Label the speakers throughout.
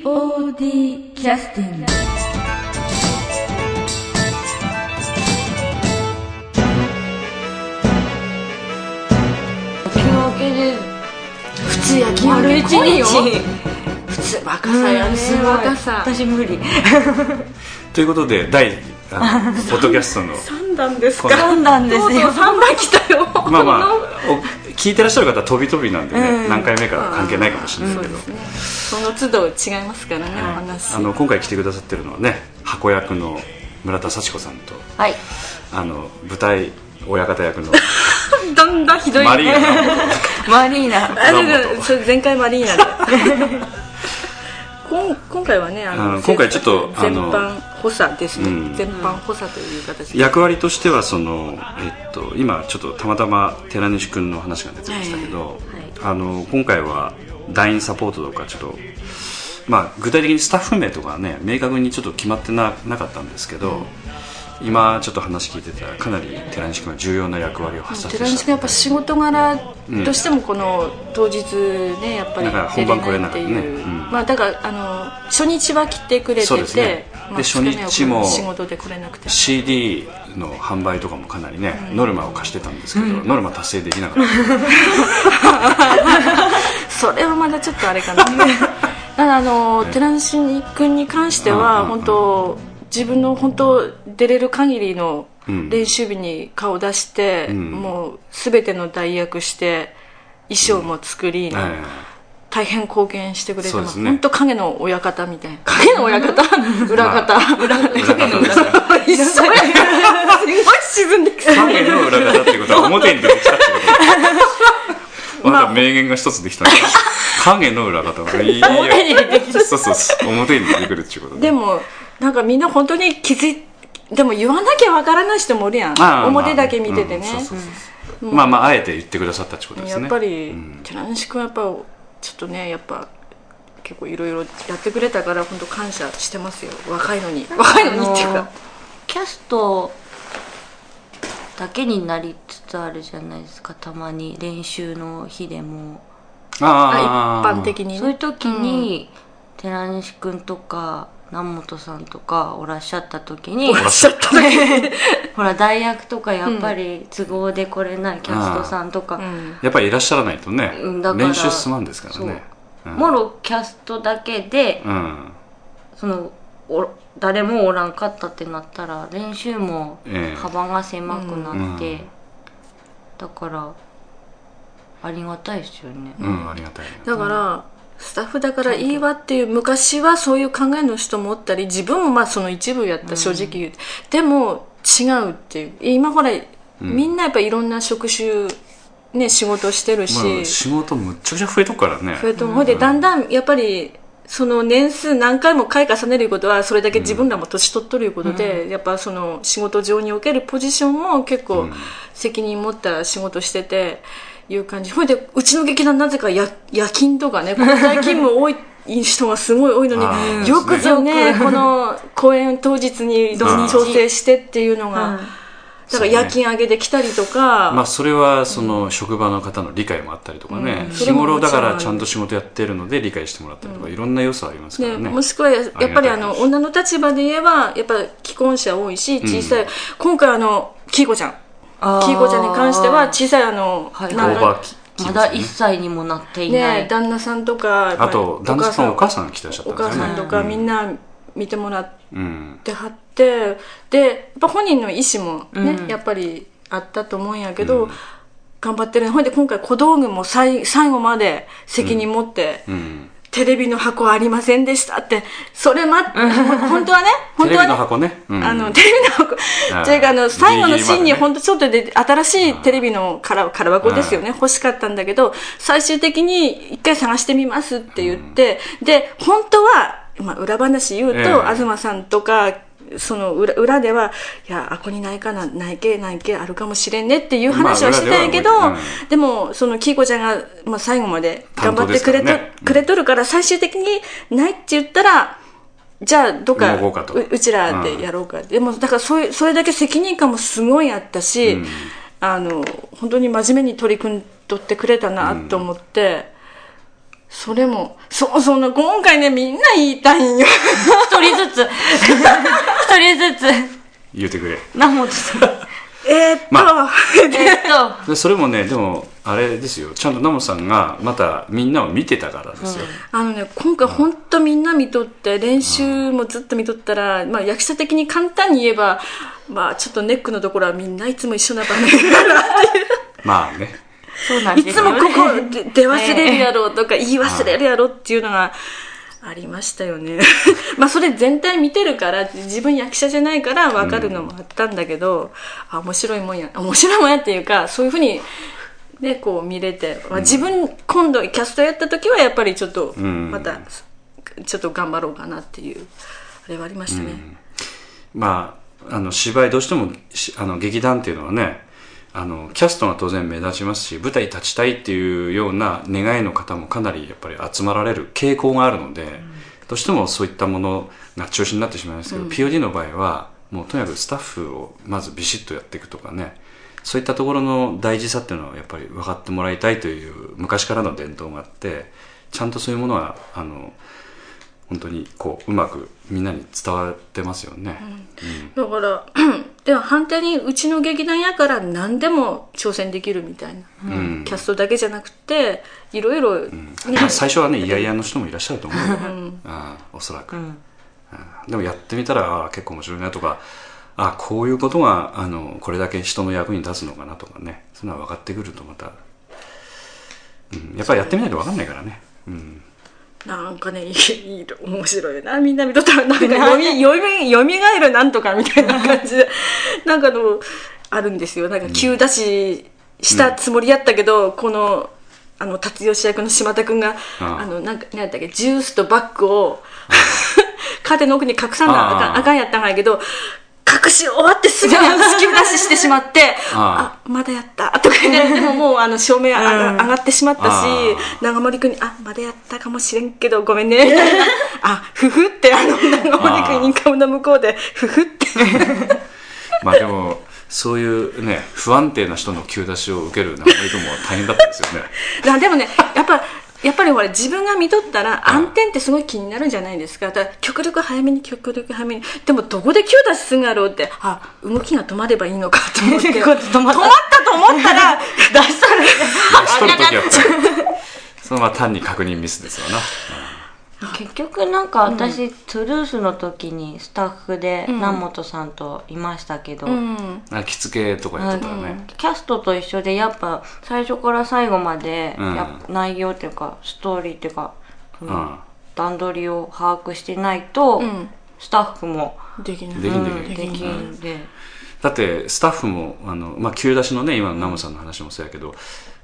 Speaker 1: POD キャスティング
Speaker 2: 沖けで
Speaker 3: 普通焼き
Speaker 2: 丸一によ
Speaker 3: 普通若さやね
Speaker 2: すごい
Speaker 3: 若さ
Speaker 2: 私無理
Speaker 4: ということで第あ のポッドキャストの
Speaker 3: 三段です
Speaker 4: この
Speaker 3: か
Speaker 2: 判断です
Speaker 3: とうと
Speaker 2: よ
Speaker 3: う三段来たよ
Speaker 4: まあまあお聞いてらっしゃる方は飛び飛びなんでね、何回目か関係ないかもしれないけど、
Speaker 3: その都度違いますからねお話
Speaker 4: あの今回来てくださってるのはね箱役の村田幸子さんと
Speaker 2: はい
Speaker 4: あの舞台親方役の
Speaker 3: どんどんひどい
Speaker 4: マリーナの
Speaker 2: マリーナ
Speaker 3: あでもそれ前回マリーナでこん今回はねあ
Speaker 4: あの今回ちょっと
Speaker 3: 全
Speaker 4: あの
Speaker 3: 般補佐ですね、
Speaker 4: うん
Speaker 3: 全般補佐という形で
Speaker 4: 役割としてはその、えっと、今ちょっとたまたま寺西君の話が出てましたけど、あの今回は団員サポートとかちょっと、まあ、具体的にスタッフ名とかはね明確にちょっと決まってななかったんですけど、今ちょっと話聞いてたらかなり寺西君は重要な役割を果たして
Speaker 3: 寺西
Speaker 4: し
Speaker 3: 君や
Speaker 4: た
Speaker 3: っぱ仕事柄としてもこの当日ねやっぱり
Speaker 4: だから本番来れなかったね
Speaker 3: 出れないっていう
Speaker 4: うん
Speaker 3: まあだからあの初日は来てくれて
Speaker 4: そう
Speaker 3: て
Speaker 4: ですね
Speaker 3: まあ
Speaker 4: で
Speaker 3: 二日目は
Speaker 4: 初日も
Speaker 3: 仕事で来れなくて
Speaker 4: CD の販売とかもかなりね、ノルマを課してたんですけど、ノルマ達成できなかった
Speaker 3: それはまだちょっとあれか なただあの寺西君に関しては
Speaker 4: うんうんうん
Speaker 3: 本当自分の本当出れる限りの
Speaker 4: うん
Speaker 3: 練習日に顔出して、
Speaker 4: ん
Speaker 3: もう全ての代役して衣装も作り、
Speaker 4: え
Speaker 3: 大変貢献してくれて
Speaker 4: そう
Speaker 3: ま
Speaker 4: ですすね
Speaker 3: 本当影の親方みたいな影の親方 裏方、
Speaker 4: え裏方 ですね
Speaker 3: 一緒やすごい沈んで くる
Speaker 4: 影の裏方っていう ことは表に出てきたってことまだ名言が一つできたん だ影の裏方いいや
Speaker 3: に出てき
Speaker 4: そうそうそう表に出てくるっていうこと
Speaker 3: でもなんかみんな本当に気づいでも言わなきゃわからない人もおるやん
Speaker 4: まあまあ
Speaker 3: 表だけ見ててね
Speaker 4: うんそうそうそうまあまああえて言ってくださったってことです
Speaker 3: や
Speaker 4: ね
Speaker 3: っぱり寺西君はやっぱちょっとねやっぱ結構いろいろやってくれたから本当感謝してますよ若いのに若いのにっていう
Speaker 2: あの
Speaker 3: か
Speaker 2: キャストだけになりつつあるじゃないですかたまに練習の日でも
Speaker 4: あ
Speaker 3: あ
Speaker 4: ー
Speaker 3: 一般的に
Speaker 2: そういう
Speaker 3: ね
Speaker 2: 時に、寺西くんとか南本さんとかおらっしゃった時に
Speaker 3: お っしゃったね
Speaker 2: ほら代役とかやっぱり都合で来れないキャストさんとか、
Speaker 3: うん
Speaker 4: やっぱりいらっしゃらないとね
Speaker 2: うんだから
Speaker 4: 練習進まんですからねうん
Speaker 2: もろキャストだけで
Speaker 4: うん
Speaker 2: そのお誰もおらんかったってなったら練習も
Speaker 4: ええ
Speaker 2: 幅が狭くなって、
Speaker 4: うん
Speaker 2: だからありがたいですよね、
Speaker 4: うんありがたい
Speaker 3: だからスタッフだからいいわっていう昔はそういう考えの人もおったり自分もまあその一部やった正直言う、でも違うっていう今ほら、みんなやっぱいろんな職種ね仕事してるし、
Speaker 4: まあ仕事むっちゃくちゃ増えとくからね
Speaker 3: それともほいでだんだんやっぱりその年数何回も回重ねるいうことはそれだけ自分らも年取っとるいうことで、やっぱその仕事上におけるポジションも結構責任持った仕事してていう感じほいでうちの劇団なぜかや夜勤とかね国際勤務多い人がすごい多いの
Speaker 4: あー
Speaker 3: によくぞね
Speaker 2: よく
Speaker 3: この公演当日に調整してっていうの
Speaker 2: うん
Speaker 3: が、だから夜勤上げで来たりとか、
Speaker 4: まあそれはその職場の方の理解もあったりとかね、
Speaker 3: うん
Speaker 4: 日頃だからちゃんと仕事やってるので理解してもらったりとか、いろんな要素ありますから
Speaker 3: ね、
Speaker 4: ね
Speaker 3: もしくはや
Speaker 4: ありがたい
Speaker 3: やっぱりあの
Speaker 4: 話
Speaker 3: 女の立場で言えばやっぱ既婚者多いし小さい、今回あのキイコちゃん
Speaker 2: あー
Speaker 3: キイコちゃんに関しては小さいあの、
Speaker 2: はい
Speaker 3: なん
Speaker 4: オー
Speaker 3: か
Speaker 4: バーキキ
Speaker 2: ま
Speaker 4: ーですね
Speaker 2: だ1歳にもなっていない、
Speaker 3: ね旦那さんとか
Speaker 4: あと
Speaker 3: ま
Speaker 4: 旦那さんお
Speaker 3: お母
Speaker 4: 母さんが来てらっしゃった
Speaker 3: お
Speaker 4: んですよ
Speaker 3: 母さ
Speaker 4: ね
Speaker 3: んとかみんな見てもらっ
Speaker 4: うん
Speaker 3: てはってでやっぱ本人の意思もね、
Speaker 2: うん
Speaker 3: やっぱりあったと思うんやけど、頑張ってるねほいで今回小道具もさい最後まで責任持って。
Speaker 4: うん
Speaker 3: テレビの箱ありませんでしたって、それま、 本当はね、
Speaker 4: テ
Speaker 3: 本
Speaker 4: レ
Speaker 3: 当は
Speaker 4: ビの
Speaker 3: ね、
Speaker 4: 箱ね、うん
Speaker 3: あの、テレビの箱、
Speaker 4: あー
Speaker 3: というか、あの、最後のシーン
Speaker 4: ギリギリまで
Speaker 3: に
Speaker 4: ね
Speaker 3: 本当ちょっとで、新しいテレビの空、空箱ですよね、欲しかったんだけど、最終的に一回探してみますって言って、で、本当は、まあ、裏話言うと、
Speaker 4: ええ
Speaker 3: 東さんとか、その裏裏では、いや、あこにないかな、ないけ、ないけ、あるかもしれんねっていう話
Speaker 4: まあ
Speaker 3: はしてたんやけど、
Speaker 4: 裏ではね
Speaker 3: でも、その、キイコちゃんが、まあ、最後まで頑張っ
Speaker 4: 担当で
Speaker 3: て
Speaker 4: すか
Speaker 3: くれ
Speaker 4: ら
Speaker 3: と、
Speaker 4: ねうん
Speaker 3: くれとるから、最終的にないって言ったら、じゃあ、どっか、
Speaker 4: 動こうかと
Speaker 3: うちらでやろうか。でも、だからそういう、それだけ責任感もすごいあったし、
Speaker 4: うん
Speaker 3: あの、本当に真面目に取り組んどってくれたなと思って、それも、そう、その、今回ね、みんな言いたいんよ。
Speaker 2: 一人ず つ一人ずつ
Speaker 4: 言うてくれ
Speaker 2: 何もちょっ
Speaker 3: えーっと、
Speaker 4: ま
Speaker 2: とえっと
Speaker 4: でそれもねでもあれですよちゃんとナモさんがまたみんなを見てたからですよ、
Speaker 3: あのね、今回本当みんな見とって、練習もずっと見とったら、まあ役者的に簡単に言えば、まあちょっとネックのところはみんないつも一緒な場面だからっていう。
Speaker 4: まあね
Speaker 2: そうなん
Speaker 3: い
Speaker 2: です
Speaker 3: つ
Speaker 2: よ
Speaker 3: もここで出忘れるやろうとか言い忘れるやろっていうのがありましたよね。 まあそれ全体見てるから、自分役者じゃないから分かるのもあったんだけど、あ、面白いもんや、面白いもんやっていうか、そういうふうに、ね、こう見れて、まあ、自分、今度キャストやった時はやっぱりちょっと、
Speaker 4: ん
Speaker 3: また、ちょっと頑張ろうかなっていう、あれはありましたね。
Speaker 4: まああの芝居どうしてもしあの劇団っていうのはねあのキャストが当然目立ちますし舞台立ちたいっていうような願いの方もかなりやっぱり集まられる傾向があるので、どうしてもそういったものが中心になってしまいますけど、POD の場合はもうとにかくスタッフをまずビシッとやっていくとかねそういったところの大事さっていうのはやっぱり分かってもらいたいという昔からの伝統があってちゃんとそういうものはあの本当にこううまくみんなに伝わってますよね。うん
Speaker 3: だから、 でも反対にうちの劇団やから何でも挑戦できるみたいな。
Speaker 4: うん
Speaker 3: キャストだけじゃなくて、いろいろ、ね
Speaker 4: まあ最初はね、いやいやの人もいらっしゃると思うよ。
Speaker 3: うん
Speaker 4: ああおそらく、
Speaker 2: うん
Speaker 4: ああでもやってみたらああ結構面白いなとか、ああこういうことがあのこれだけ人の役に立つのかなとかね、そういうのは分かってくるとまた、うん、やっぱりやってみないと分かんないからね。うん、
Speaker 3: なんかね、い いいろ面白いな、みんな見とったら、なんか読み、読み、読みがえるなんとかみたいな感じで、 なんかあの、あるんですよ。なんか急出ししたつもりやったけど、この、あの、達吉役の島田くんが、
Speaker 4: ああ
Speaker 3: あの、なんか、なんやったっけ、ジュースとバッグ を、カーテンの奥に隠さんなあか
Speaker 4: あ
Speaker 3: ん
Speaker 4: あ
Speaker 3: あかんやったんやけど、隠し終わってす ぐ、あの突き出ししてしまって、
Speaker 4: あ
Speaker 3: あまだやった、とか言って、でももう、あの、照明上が上がってしまったし
Speaker 4: ああ、
Speaker 3: 長森くんに、あ、まだやったかもしれんけど、ごめん ね、みたいな。あ、ふふって、あの、長森くんに顔の向こうで、ふふって。
Speaker 4: まあでも、そういうね、不安定な人の急出しを受ける中森君も大変だったんです よね。
Speaker 3: あでもね、やっぱ、やっぱりほら、自分が見とったら、暗転ってすごい気になるじゃないですか。だから、極力早めに、極力早めに。でも、どこで急出しすんやろうって、あ、動きが止まればいいのかと思って。 止まった
Speaker 2: 止まった
Speaker 3: と思ったら、 出したら、
Speaker 4: 出しとる時はこれ、そのまあ単に確認ミスですよな。
Speaker 2: 結局なんか私、トゥルースの時にスタッフで南本さんといましたけど、
Speaker 3: うん。
Speaker 4: あ着付けとかやってたらね。
Speaker 2: キャストと一緒でやっぱ最初から最後まで、
Speaker 4: うん
Speaker 2: やっぱ内容っていうかストーリーっていうか、うん
Speaker 4: うん
Speaker 2: 段取りを把握してないと、
Speaker 3: ん
Speaker 2: スタッフも、
Speaker 3: できない。
Speaker 4: できんでき
Speaker 2: うん
Speaker 4: ん
Speaker 2: できんで、
Speaker 4: だってスタッフもあの、まあ、急出しのね今のナムさんの話もそうやけど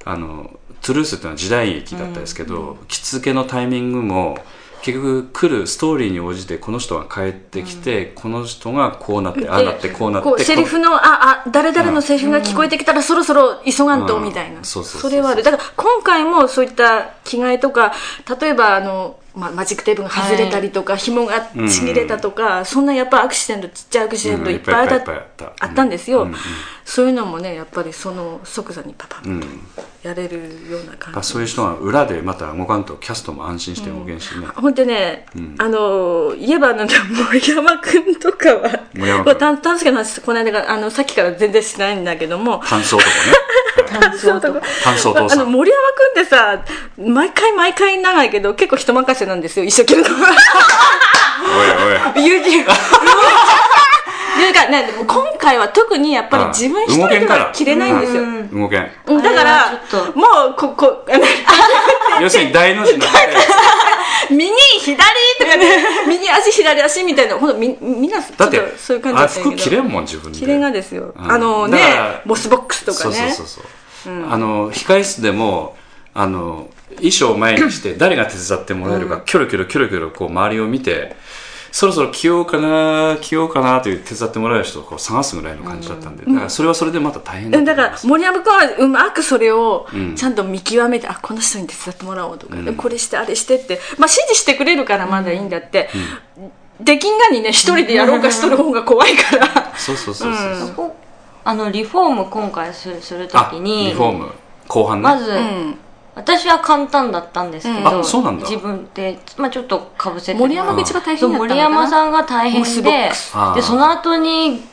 Speaker 4: あのトゥルースってのは時代劇だったですけど、着付けのタイミングも結局来るストーリーに応じてこの人が帰ってきて、この人がこうなってああなってこうなって
Speaker 3: こうセリ
Speaker 4: こ
Speaker 3: フのああ誰々のセリフが聞こえてきたらそろそろ急がんと
Speaker 4: うん
Speaker 3: みたいな
Speaker 4: そうそうそう
Speaker 3: れはあるだから今回もそういった着替えとか例えばあの、まあ、マジックテープが外れたりとか、紐がちぎれたとか、そんなやっぱアクシデントちっちゃいアクシデント
Speaker 4: うん
Speaker 3: いっぱいあ
Speaker 4: い
Speaker 3: っ
Speaker 4: っぱいい
Speaker 3: た,、
Speaker 4: っぱいあったうん
Speaker 3: あったんですよ、
Speaker 4: うんうん
Speaker 3: そういうのもねやっぱりその即座にパパ
Speaker 4: う
Speaker 3: ッ
Speaker 4: ん
Speaker 3: とやれるような
Speaker 4: だから
Speaker 3: 感じ、
Speaker 4: そういう人が裏でまた動かんとキャストも安心して動けんしね、
Speaker 3: ほんでね、
Speaker 4: ん
Speaker 3: あの、言えばなんだ、森山くんとかは、
Speaker 4: 森山くん
Speaker 3: これ、たん、たんすけの話、この間から、あの、さっきから全然しないんだけども、
Speaker 4: 単装と かね
Speaker 3: そうとか
Speaker 4: 単装父
Speaker 3: あ
Speaker 4: さ
Speaker 3: の
Speaker 4: ん
Speaker 3: 森山くんってさ毎回毎回長いけど結構人任せなんですよ一生 懸命
Speaker 4: おいおい
Speaker 3: 言う けど言うからねでも今回は特にやっぱり自分一人では着れないんですよ、うん
Speaker 4: 動けん
Speaker 3: だから
Speaker 2: あれはちょっと
Speaker 3: もうここ
Speaker 4: 要するに大の字 になって
Speaker 3: 右左とかね 右足左足みたいなほんとみみんなちょ
Speaker 4: だっ
Speaker 3: っと
Speaker 4: て
Speaker 3: そういう感じだ
Speaker 4: あれ
Speaker 3: ったんや
Speaker 4: 服着れんもん自分で
Speaker 3: 綺麗がですよ、
Speaker 4: うん
Speaker 3: あの
Speaker 4: だ
Speaker 3: ね
Speaker 4: から
Speaker 3: ボスボックスとかね
Speaker 4: そうそうそうそう、あの控室でもあの衣装を前にして誰が手伝ってもらえるか、キョロキョロキョロキョロこう周りを見てそろそろ着ようかな着ようかなという手伝ってもらえる人をこう探すぐらいの感じだったんで、だからそれはそれでまた大変
Speaker 3: うん
Speaker 4: と
Speaker 3: だか
Speaker 4: 思い
Speaker 3: ら
Speaker 4: ます
Speaker 3: 森山君はうまくそれを
Speaker 4: うん
Speaker 3: ちゃんと見極めて、あこの人に手伝ってもらおうとか、これしてあれしてって、まあ、指示してくれるからまだいいんだって、できんがにね一人でやろうかしとる方が怖いから
Speaker 4: そうそうそうそう、
Speaker 3: うん
Speaker 2: こあのリフォーム今回するすると
Speaker 4: あ
Speaker 2: き
Speaker 4: リ
Speaker 2: に
Speaker 4: フォーム後半ね、
Speaker 2: まず、
Speaker 3: うん
Speaker 2: 私は簡単だったんですけ
Speaker 4: うん
Speaker 2: ど
Speaker 4: あそうなんだ
Speaker 2: 自分で、まあ、ちょっとかぶせて
Speaker 3: 森山口が大
Speaker 2: そ
Speaker 3: 変だった
Speaker 2: う
Speaker 3: のか
Speaker 2: 森
Speaker 3: な
Speaker 2: 山さんが大変
Speaker 3: ボックスボッ
Speaker 2: で
Speaker 3: クス
Speaker 4: あー
Speaker 2: でその後に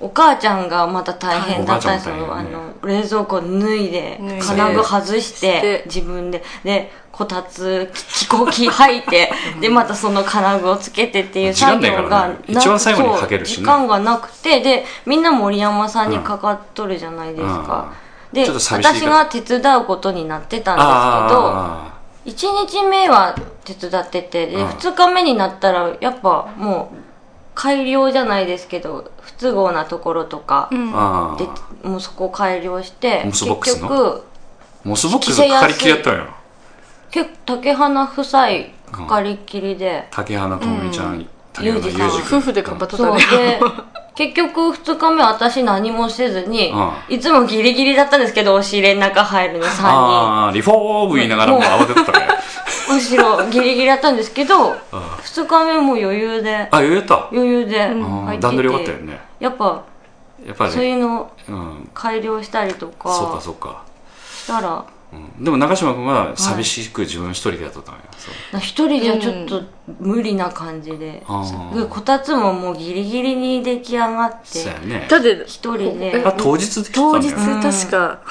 Speaker 2: お母ちゃんがまた大変だったんですよ、
Speaker 4: お母ちゃ
Speaker 2: あ
Speaker 4: んも大変ね
Speaker 2: の冷蔵庫脱いで
Speaker 3: 脱いで
Speaker 2: 金具外して
Speaker 3: して
Speaker 2: 自分ででこたつ飛行機履い てでまたその金具をつけてっていう作
Speaker 4: 時間
Speaker 2: 業
Speaker 4: ないから
Speaker 2: が
Speaker 4: ね一番最後にかけるしね
Speaker 2: そう時間がなくてでみんな森山さんにかかっとるじゃないですか、
Speaker 4: うん
Speaker 2: で
Speaker 4: ちょっと寂しいか
Speaker 2: 私が手伝うことになってたんですけど
Speaker 4: あ
Speaker 2: 1日目は手伝っててで
Speaker 4: うん
Speaker 2: 2日目になったらやっぱもう改良じゃないですけど不都合なところとか
Speaker 3: う、ん
Speaker 4: ーあ
Speaker 2: で
Speaker 4: ー
Speaker 2: もうそこ改良して
Speaker 4: モス
Speaker 2: 結
Speaker 4: ボックスの
Speaker 2: 局
Speaker 4: モスボックスかかりきりやったんや
Speaker 2: 結構竹花夫妻かかりっきりで、
Speaker 4: 竹花ともみちゃん竹
Speaker 2: ユー
Speaker 4: 花
Speaker 2: ジさん
Speaker 4: 君
Speaker 3: 夫婦で頑張っとった
Speaker 2: そう
Speaker 3: ね
Speaker 2: で結局2日目私何もせずに、
Speaker 4: う
Speaker 2: いつもギリギリだったんですけど押し入れの中入るの3人
Speaker 4: ああリフォーム言いながらもう慌ててたね
Speaker 2: 後ろギリギリだったんですけど
Speaker 4: うんあ
Speaker 2: 2日目もう余裕で
Speaker 4: 余裕やった
Speaker 2: 余裕で
Speaker 4: あ
Speaker 2: 入って
Speaker 4: ー
Speaker 2: て
Speaker 4: 段取り良かったよね
Speaker 2: やっぱ
Speaker 4: やっぱり
Speaker 2: そう
Speaker 4: ね
Speaker 2: いうの
Speaker 4: うん
Speaker 2: 改良したりと
Speaker 4: そう
Speaker 2: か
Speaker 4: かそうか
Speaker 2: したら
Speaker 4: うんでも中島君は寂しく自分一人でやっとったんやそう
Speaker 2: な一人じゃちょっと無理な感じで、
Speaker 4: あー
Speaker 2: でこたつももうギリギリに出来上がっ
Speaker 4: そうや
Speaker 2: て
Speaker 4: ね
Speaker 3: だって
Speaker 2: 一人で
Speaker 4: あ当日で来てた
Speaker 3: 当
Speaker 4: んだ
Speaker 3: 日
Speaker 4: よね
Speaker 3: 確か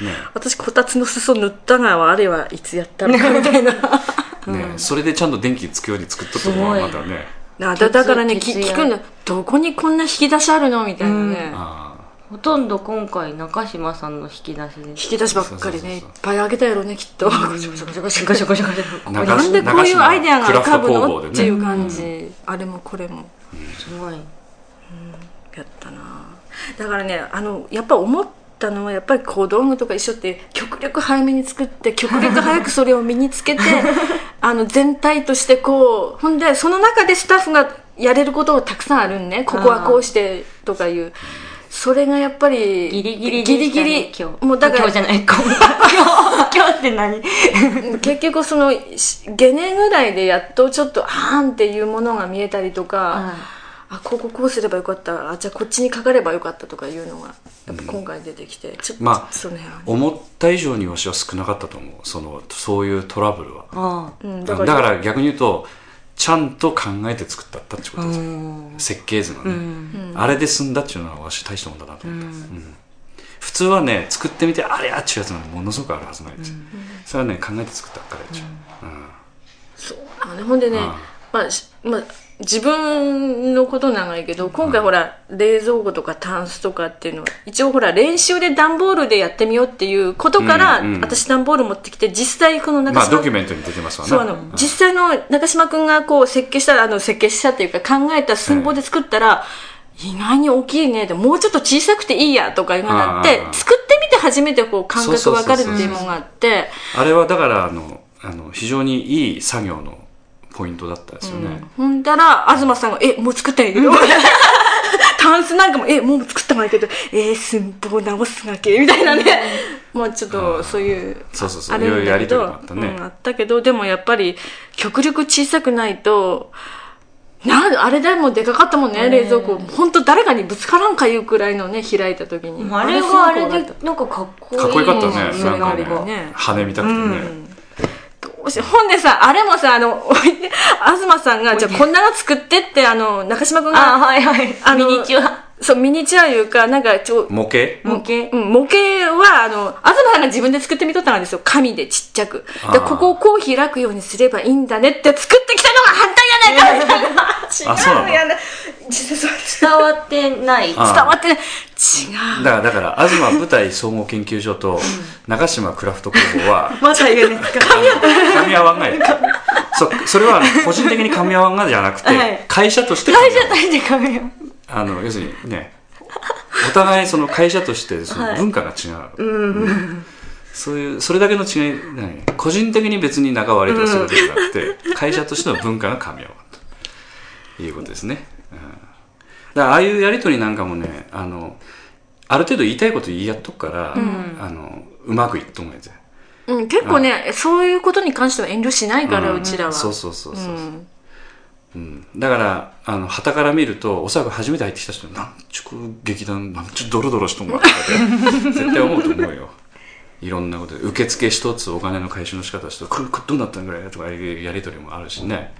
Speaker 4: ね
Speaker 3: 私こたつの裾塗ったのはあれはいつやったのかみたいな
Speaker 4: ね、それでちゃんと電気つくように作っとったの
Speaker 2: すごい
Speaker 4: はまだね
Speaker 3: なだだからねき
Speaker 2: 徹夜
Speaker 3: 聞くんだどこにこんな引き出しあるのみたいなね、
Speaker 4: あ
Speaker 2: ほとんど今回中島さんの引き出しで
Speaker 3: 引き出しばっかりねいっ
Speaker 4: そうそうそうそう
Speaker 3: ぱいあげたやろうねきっと
Speaker 2: ガシャガシャガシャ
Speaker 4: あ
Speaker 2: ここ
Speaker 4: 中島
Speaker 2: に
Speaker 3: なんでこういうアイデアが浮かぶ
Speaker 4: クラフト工房で
Speaker 3: の
Speaker 4: ね
Speaker 3: っていう感じ、あれもこれも
Speaker 2: すごい
Speaker 3: やったなだからねあのやっぱ思ったのはやっぱり小道具とか一緒って極力早めに作って極力早くそれを身につ けてあの全体としてこうほんでその中でスタッフがやれることがたくさんあるんねここはこうしてとかいうそれがやっぱり
Speaker 2: ギリギリで
Speaker 3: ギ
Speaker 2: し
Speaker 3: リ
Speaker 2: た
Speaker 3: ギ
Speaker 2: ね
Speaker 3: リ
Speaker 2: 今日
Speaker 3: もうだか
Speaker 2: 今
Speaker 3: ら
Speaker 2: 日じゃない 今日今日って 何
Speaker 3: 結局そのしゲネぐらいでやっとちょっとあーんっていうものが見えたりとか、あこここうすればよかったあじゃあこっちにかかればよかったとかいうのがやっぱ今回出てきて、ちょっと、
Speaker 4: まあ
Speaker 3: その辺はね
Speaker 4: 思った以上にわしは少なかったと思うそのそういうトラブルは
Speaker 2: あ
Speaker 3: うん、
Speaker 4: だ
Speaker 3: だ
Speaker 4: か
Speaker 3: からら
Speaker 4: 逆に言うとちゃんと考えて作ったったってこ
Speaker 2: あ
Speaker 4: と
Speaker 2: う
Speaker 4: ですよ
Speaker 2: ん
Speaker 4: 設計図が
Speaker 2: う
Speaker 4: ね、
Speaker 2: ん
Speaker 3: うん
Speaker 4: あれで済んだっていうのはわし大したもんだなと
Speaker 2: う
Speaker 4: 思った、
Speaker 2: ん
Speaker 4: うん普通はね作ってみてあれやっちゅうやつなんてものすごくあるはずないですよ、それはね考えて作ったからやっちゅう、うん
Speaker 3: そうあのほんでね、
Speaker 4: あ
Speaker 3: まあしまあ、自分のこと長いけど今回ほら、冷蔵庫とかタンスとかっていうのは一応ほら練習で段ボールでやってみようっていうことから、
Speaker 4: うんうん
Speaker 3: 私段ボール持ってきて実際この中
Speaker 4: まあドキュメントに出てますわね
Speaker 3: そうあの、実際の中島君がこう設計したあの設計したっていうか考えた寸法で作ったら、意外に大きいねでもうちょっと小さくていいやとかいうのがあって
Speaker 4: あー
Speaker 3: 作ってみて初めてこう感覚
Speaker 4: そうそう
Speaker 3: わ
Speaker 4: そう
Speaker 3: かる
Speaker 4: そう
Speaker 3: っていうのがあって
Speaker 4: あれはだからあのあの非常にいい作業のポイントだったですよね、
Speaker 3: ほんだら東さんが「えもう作ったんやけど」タンスなんかも「えもう作ったんやけどえー、寸法直すがけ」みたいなねもうちょっ
Speaker 4: あー
Speaker 3: とそういう
Speaker 4: そうそうそう
Speaker 3: あ
Speaker 4: いろ
Speaker 3: る
Speaker 4: い
Speaker 3: ん
Speaker 4: ろや
Speaker 3: だ
Speaker 4: り
Speaker 3: け
Speaker 4: とり
Speaker 3: ど
Speaker 4: があったね、
Speaker 3: うん、あったけどでもやっぱり極力小さくないとなあれでもでかかったもんね、冷蔵庫本当誰かにぶつからんかいうくらいのね開いた時に
Speaker 2: あれがあれでなんかかっこいい
Speaker 4: かっこよかったね
Speaker 2: うん
Speaker 3: それがあ
Speaker 4: なん
Speaker 3: れ
Speaker 4: か
Speaker 3: ばね
Speaker 4: 羽見たくてね、
Speaker 3: どうしほんでさあれもさあのおいで東さんがじゃあこんなの作ってってあの中島君
Speaker 2: あ
Speaker 3: が
Speaker 2: はいはい
Speaker 3: あの
Speaker 2: ミニチュア
Speaker 3: そうミニチュアいうかなんかちょ
Speaker 4: 模型
Speaker 2: 模型
Speaker 3: うん、模型は、あの、東さんが自分で作ってみとったんですよ。紙でちっちゃく。
Speaker 4: あ
Speaker 3: で、
Speaker 4: ー
Speaker 3: ここをこう開くようにすればいいんだねって作ってきたのが反対やないか
Speaker 4: あそうなの
Speaker 3: 違うやな。実際そう
Speaker 2: 伝わってない
Speaker 4: あ
Speaker 3: 伝わってない。違
Speaker 4: だ
Speaker 3: う。
Speaker 4: からだから東舞台総合研究所と中島クラフト工房 は
Speaker 3: まだ言えない。
Speaker 4: 噛み合わんがいそそれは個人的に噛み合わんがじゃなくて、
Speaker 2: はい
Speaker 4: 会社として噛み合わ
Speaker 2: 会
Speaker 4: ん
Speaker 2: 社大して髪を
Speaker 4: あの要するにねお互いその会社としてその
Speaker 2: はい
Speaker 4: 文化が違う、うんそういうそれだけの違い何個人的に別に仲悪いとかするわけじゃなくて、 会社としての文化が噛み合うということですね、うん、だからああいうやり取りなんかもねあのある程度言いたいこと言いやっとくから、あのうまくいっとんがいぜ
Speaker 3: うん、結構ね、そういうことに関しては遠慮しないから、うちらは。
Speaker 4: そうそうそうそう、
Speaker 3: うん
Speaker 4: うんだから、あの、旗から見ると、おそらく初めて入ってきた人、なんちゅう劇団、なんちゅうドロドロしとんがとかって、絶対思うと思うよ。いろんなことで受付一つお金の回収の仕方一つこれこれどうなったんぐらいとかいうやり取りもあるしね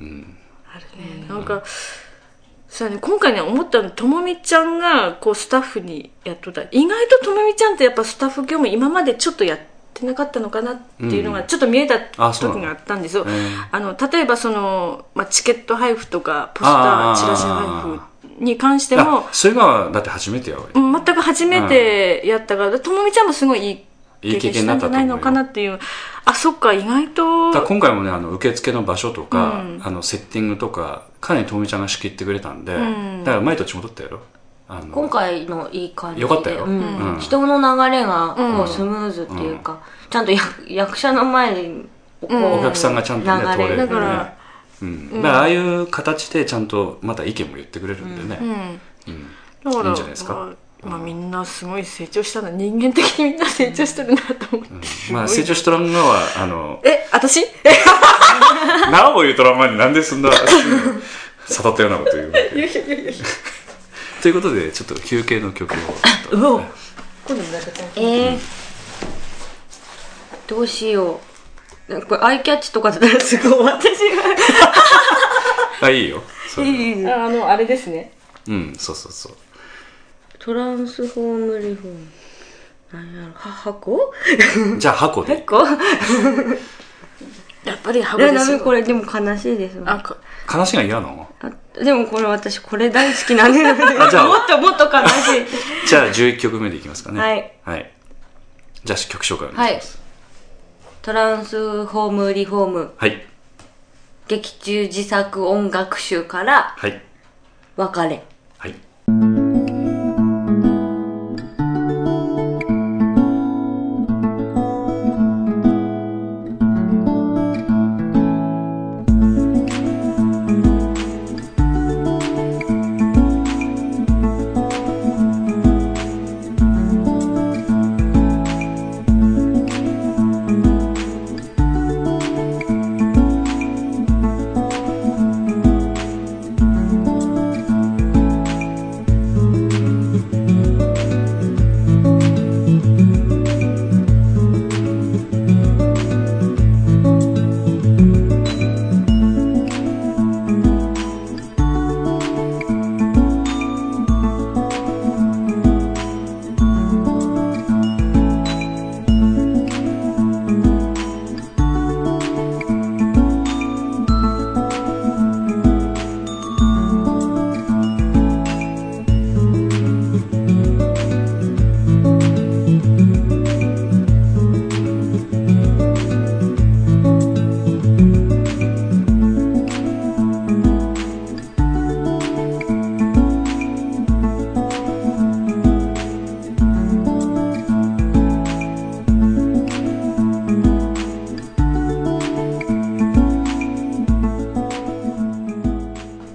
Speaker 4: うん
Speaker 3: あるねなんかさあね今回ね思ったのともみちゃんがこうスタッフにやっとった意外とともみちゃんってやっぱスタッフ業務今までちょっとやってなかったのかなっていうの
Speaker 4: う
Speaker 3: が
Speaker 4: ん
Speaker 3: ちょっと見えた
Speaker 4: あそうな
Speaker 3: 時
Speaker 4: の
Speaker 3: があったんですよ、
Speaker 4: えー
Speaker 3: あの例えばその、まあ、チケット配布とかポスタ
Speaker 4: あー
Speaker 3: ーチラシ配布に関しても
Speaker 4: あそういうのはだって初めてやわ
Speaker 3: うん全く初めてやったからともみちゃんもすごいいい
Speaker 4: いい経験に
Speaker 3: した
Speaker 4: なっ
Speaker 3: んじ
Speaker 4: た
Speaker 3: ゃ
Speaker 4: と
Speaker 3: ない
Speaker 4: 思
Speaker 3: う
Speaker 4: よ
Speaker 3: のかなっていうあそっか意外
Speaker 4: だから
Speaker 3: と
Speaker 4: 今回もねあの受付の場所とか、
Speaker 3: うん
Speaker 4: あのセッティングとかかなりともみちゃんが仕切ってくれたんで、
Speaker 3: うん
Speaker 4: だから前とち戻ったやろあの
Speaker 2: 今回のいい感じで
Speaker 4: よかったよ
Speaker 2: うん
Speaker 4: うん
Speaker 2: 人の流れが
Speaker 3: うん
Speaker 2: こうスムーズっていうか、ちゃんと役役者の前にこう、
Speaker 3: うん
Speaker 4: お客さんがちゃんとね、
Speaker 2: 流れ
Speaker 4: 通れる
Speaker 3: だ
Speaker 4: ん
Speaker 3: か
Speaker 4: でね
Speaker 3: ら、
Speaker 4: うん、だからああいう形でちゃんとまた意見も言ってくれるんで
Speaker 3: う
Speaker 4: ね、
Speaker 3: ん
Speaker 4: うん
Speaker 3: だから
Speaker 4: いいんじゃないですか
Speaker 3: まあ、みんなすごい成長したな人間的にみんな成長してるなと思って、
Speaker 4: まあ成長しとらんのはあの
Speaker 3: え私え
Speaker 4: なお言うとらんまになんでそんな悟ったようなこと言うわけ ということでちょっと休憩の曲を
Speaker 2: うお
Speaker 3: 今度もなんかちゃんと
Speaker 2: えーどうしようこれアイキャッチとかだったらすごい私
Speaker 4: あいいよそ
Speaker 2: が
Speaker 4: れ
Speaker 2: いいよ
Speaker 3: ああのあれですね
Speaker 4: うんそうそうそう
Speaker 2: トランスフォームリフォーム何やろは箱
Speaker 4: じゃあ箱で
Speaker 2: 箱
Speaker 3: やっぱりハブ
Speaker 2: え
Speaker 3: で
Speaker 2: ダ
Speaker 3: す
Speaker 2: メ
Speaker 3: よ
Speaker 2: これでも悲しいです
Speaker 3: あ
Speaker 2: わ
Speaker 3: こ
Speaker 4: 悲しいの嫌なの
Speaker 2: あでもこれ私これ大好きなんで
Speaker 4: あじゃあ
Speaker 2: もっともっと悲しい
Speaker 4: じゃあ11曲目でいきますかね
Speaker 2: はい、
Speaker 4: じゃあ曲紹介お願いします
Speaker 2: トランスフォームリフォーム
Speaker 4: はい
Speaker 2: 劇中自作音楽集から
Speaker 4: はい
Speaker 2: 別れ
Speaker 4: はい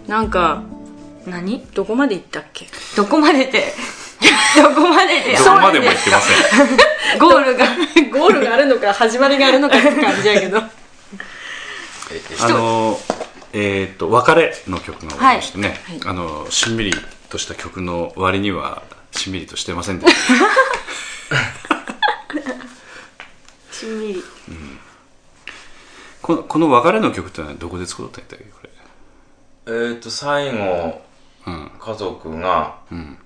Speaker 3: なんか
Speaker 2: 何
Speaker 3: どこまで行ったっけ
Speaker 2: どこま ででどこまでで
Speaker 4: どこまでも言ってません
Speaker 2: ゴールが
Speaker 3: ゴールがあるのか始まりがあるのかって感じやけど
Speaker 4: あのえーっと「別れ」の曲が終わりましてね、
Speaker 3: はい
Speaker 4: あのしんみりとした曲の割にはしんみりとしてませんでした
Speaker 2: しんみり
Speaker 4: このこの「別れ」の曲ってのはどこで作ったんだっけこれ
Speaker 5: えー、と最後
Speaker 4: うん
Speaker 5: 家族が、
Speaker 4: ん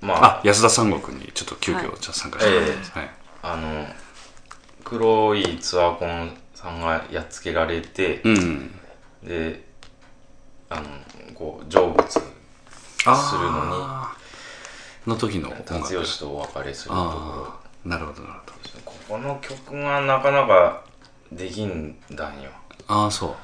Speaker 5: ま
Speaker 4: あ
Speaker 5: あ
Speaker 4: 安田三国にちょっと急遽じゃあ参加してもらってます、はい
Speaker 5: あの黒いツアーコンさんがやっつけられて、
Speaker 4: うん
Speaker 5: であのこう成仏するの
Speaker 4: あーの時の音楽
Speaker 5: 達吉とお別れするとこ
Speaker 4: ああなるほどなるほど
Speaker 5: ろここの曲がなかなかできんだんよ
Speaker 4: ああそう、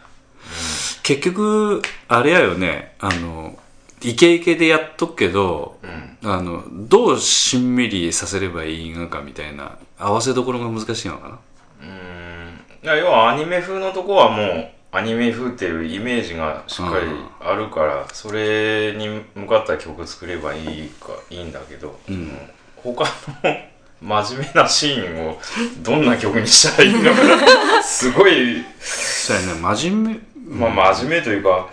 Speaker 4: 結局あれやよねあのイケイケでやっとくけど
Speaker 5: うん
Speaker 4: あのどうしんみりさせればいいのかみたいな合わせどころが難しいのかな
Speaker 5: うーんいや要はアニメ風のとこはもうアニメ風っていうイメージがしっかりあるから、それに向かった曲作ればいいかいいんだけど、
Speaker 4: うん
Speaker 5: 他の真面目なシーンをどんな曲にしたらいいの かすごい、
Speaker 4: そうやね真面目
Speaker 5: まあ、真面目というか、